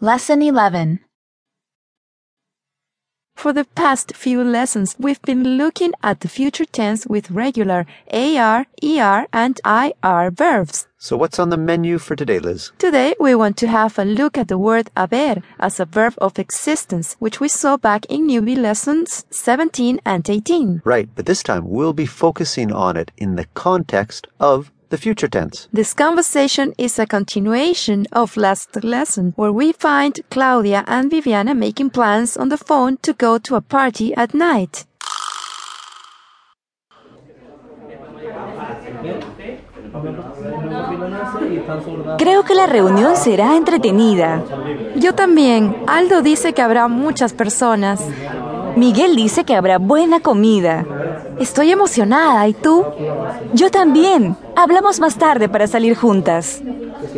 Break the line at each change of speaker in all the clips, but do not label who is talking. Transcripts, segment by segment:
Lesson 11.
For the past few lessons, we've been looking at the future tense with regular AR, ER, and IR verbs.
So what's on the menu for today, Liz?
Today, we want to have a look at the word haber as a verb of existence, which we saw back in newbie lessons 17 and 18.
Right, but this time we'll be focusing on it in the context of the future tense.
This conversation is a continuation of last lesson where we find Claudia and Viviana making plans on the phone to go to a party at night.
Creo que la reunión será entretenida.
Yo también. Aldo dice que habrá muchas personas.
Miguel dice que habrá buena comida.
Estoy emocionada. ¿Y tú?
Yo también. Hablamos más tarde para salir juntas.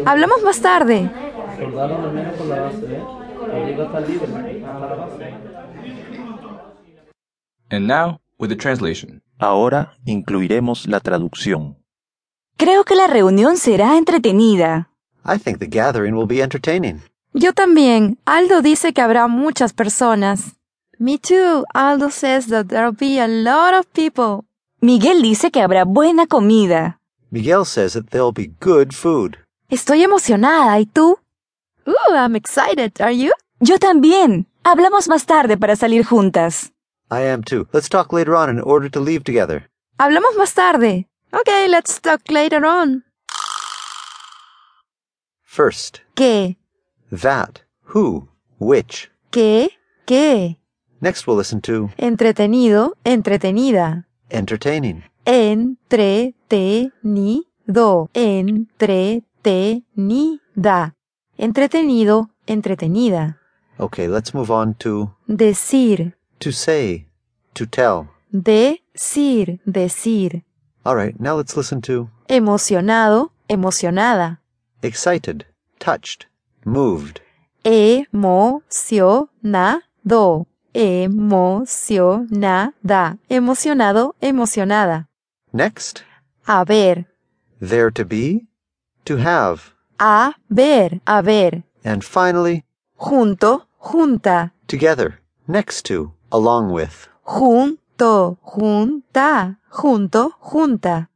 Hablamos más tarde.
And now, with the translation.
Ahora incluiremos la traducción.
Creo que la reunión será entretenida.
I think the gathering will be entertaining.
Yo también. Aldo dice que habrá muchas personas. Me too. Aldo says that there'll be a lot of people.
Miguel dice que habrá buena comida.
Miguel says that there'll be good food.
Estoy emocionada. ¿Y tú? Ooh, I'm excited. Are you?
Yo también. Hablamos más tarde para salir juntas.
I am too. Let's talk later on in order to leave together.
Hablamos más tarde. Okay, let's talk later on.
First,
¿Qué?
that, who, which.
¿Qué? ¿Qué?
Next, we'll listen to
Entretenido, entretenida.
entertaining.
Entretenido, entretenida. Entretenido, entretenida.
Okay, let's move on to
Decir,
to say, to tell.
decir, decir.
All right, now let's listen to
Emocionado, emocionada.
excited, touched, moved.
Emocionado, emocionada. Emocionado, emocionada.
Next,
A ver,
there to be, to have.
a ver, a ver.
And finally,
Junto, junta.
together, next to, along with.
Junto, junta. Junto, junta.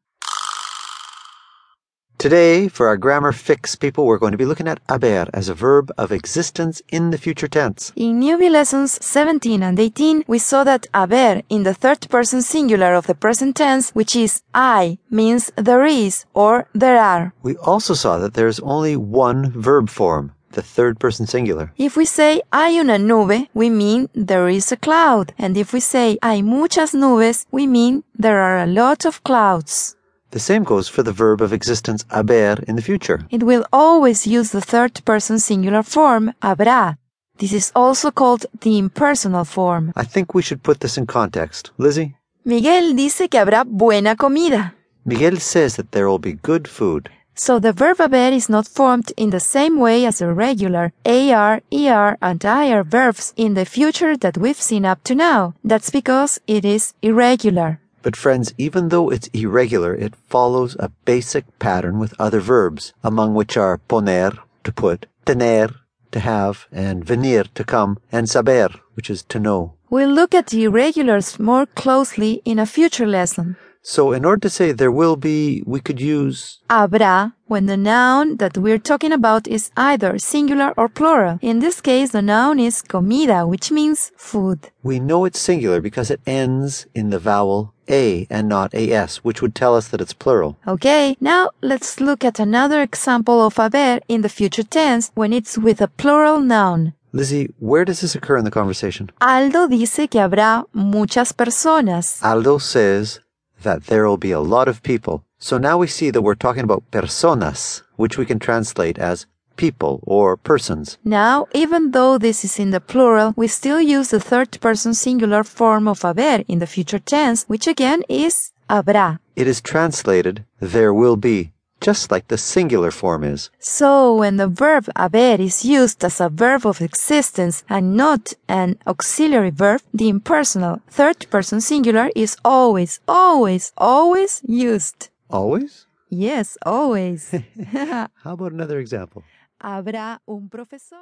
Today, for our grammar fix, people, we're going to be looking at haber as a verb of existence in the future tense.
In newbie lessons 17 and 18, we saw that haber in the third person singular of the present tense, which is I, means there is or there are.
We also saw that there is only one verb form, the third person singular.
If we say hay una nube, we mean there is a cloud. And if we say hay muchas nubes, we mean there are a lot of clouds.
The same goes for the verb of existence haber in the future.
It will always use the third person singular form, habrá. This is also called the impersonal form.
I think we should put this in context. Lizzie,
Miguel dice que habrá buena comida.
Miguel says that there will be good food.
So the verb haber is not formed in the same way as the regular AR, ER, and IR verbs in the future that we've seen up to now. That's because it is irregular.
But friends, even though it's irregular, it follows a basic pattern with other verbs, among which are poner, to put, tener, to have, and venir, to come, and saber, which is to know.
We'll look at the irregulars more closely in a future lesson.
So in order to say there will be, we could use,
Habrá when the noun that we're talking about is either singular or plural. In this case, the noun is comida, which means food.
we know it's singular because it ends in the vowel a and not as, which would tell us that it's plural.
Okay, now let's look at another example of haber in the future tense when it's with a plural noun.
Lizzie, where does this occur in the conversation?
Aldo dice que habrá muchas personas.
Aldo says that there will be a lot of people. So now we see that we're talking about personas, which we can translate as people or persons.
Now, even though this is in the plural, we still use the third person singular form of haber in the future tense, which again is habrá.
It is translated there will be, just like the singular form is.
So, when the verb haber is used as a verb of existence and not an auxiliary verb, the impersonal third person singular is always, always, always used.
Always?
Yes, always.
How about another example?
Habrá un profesor.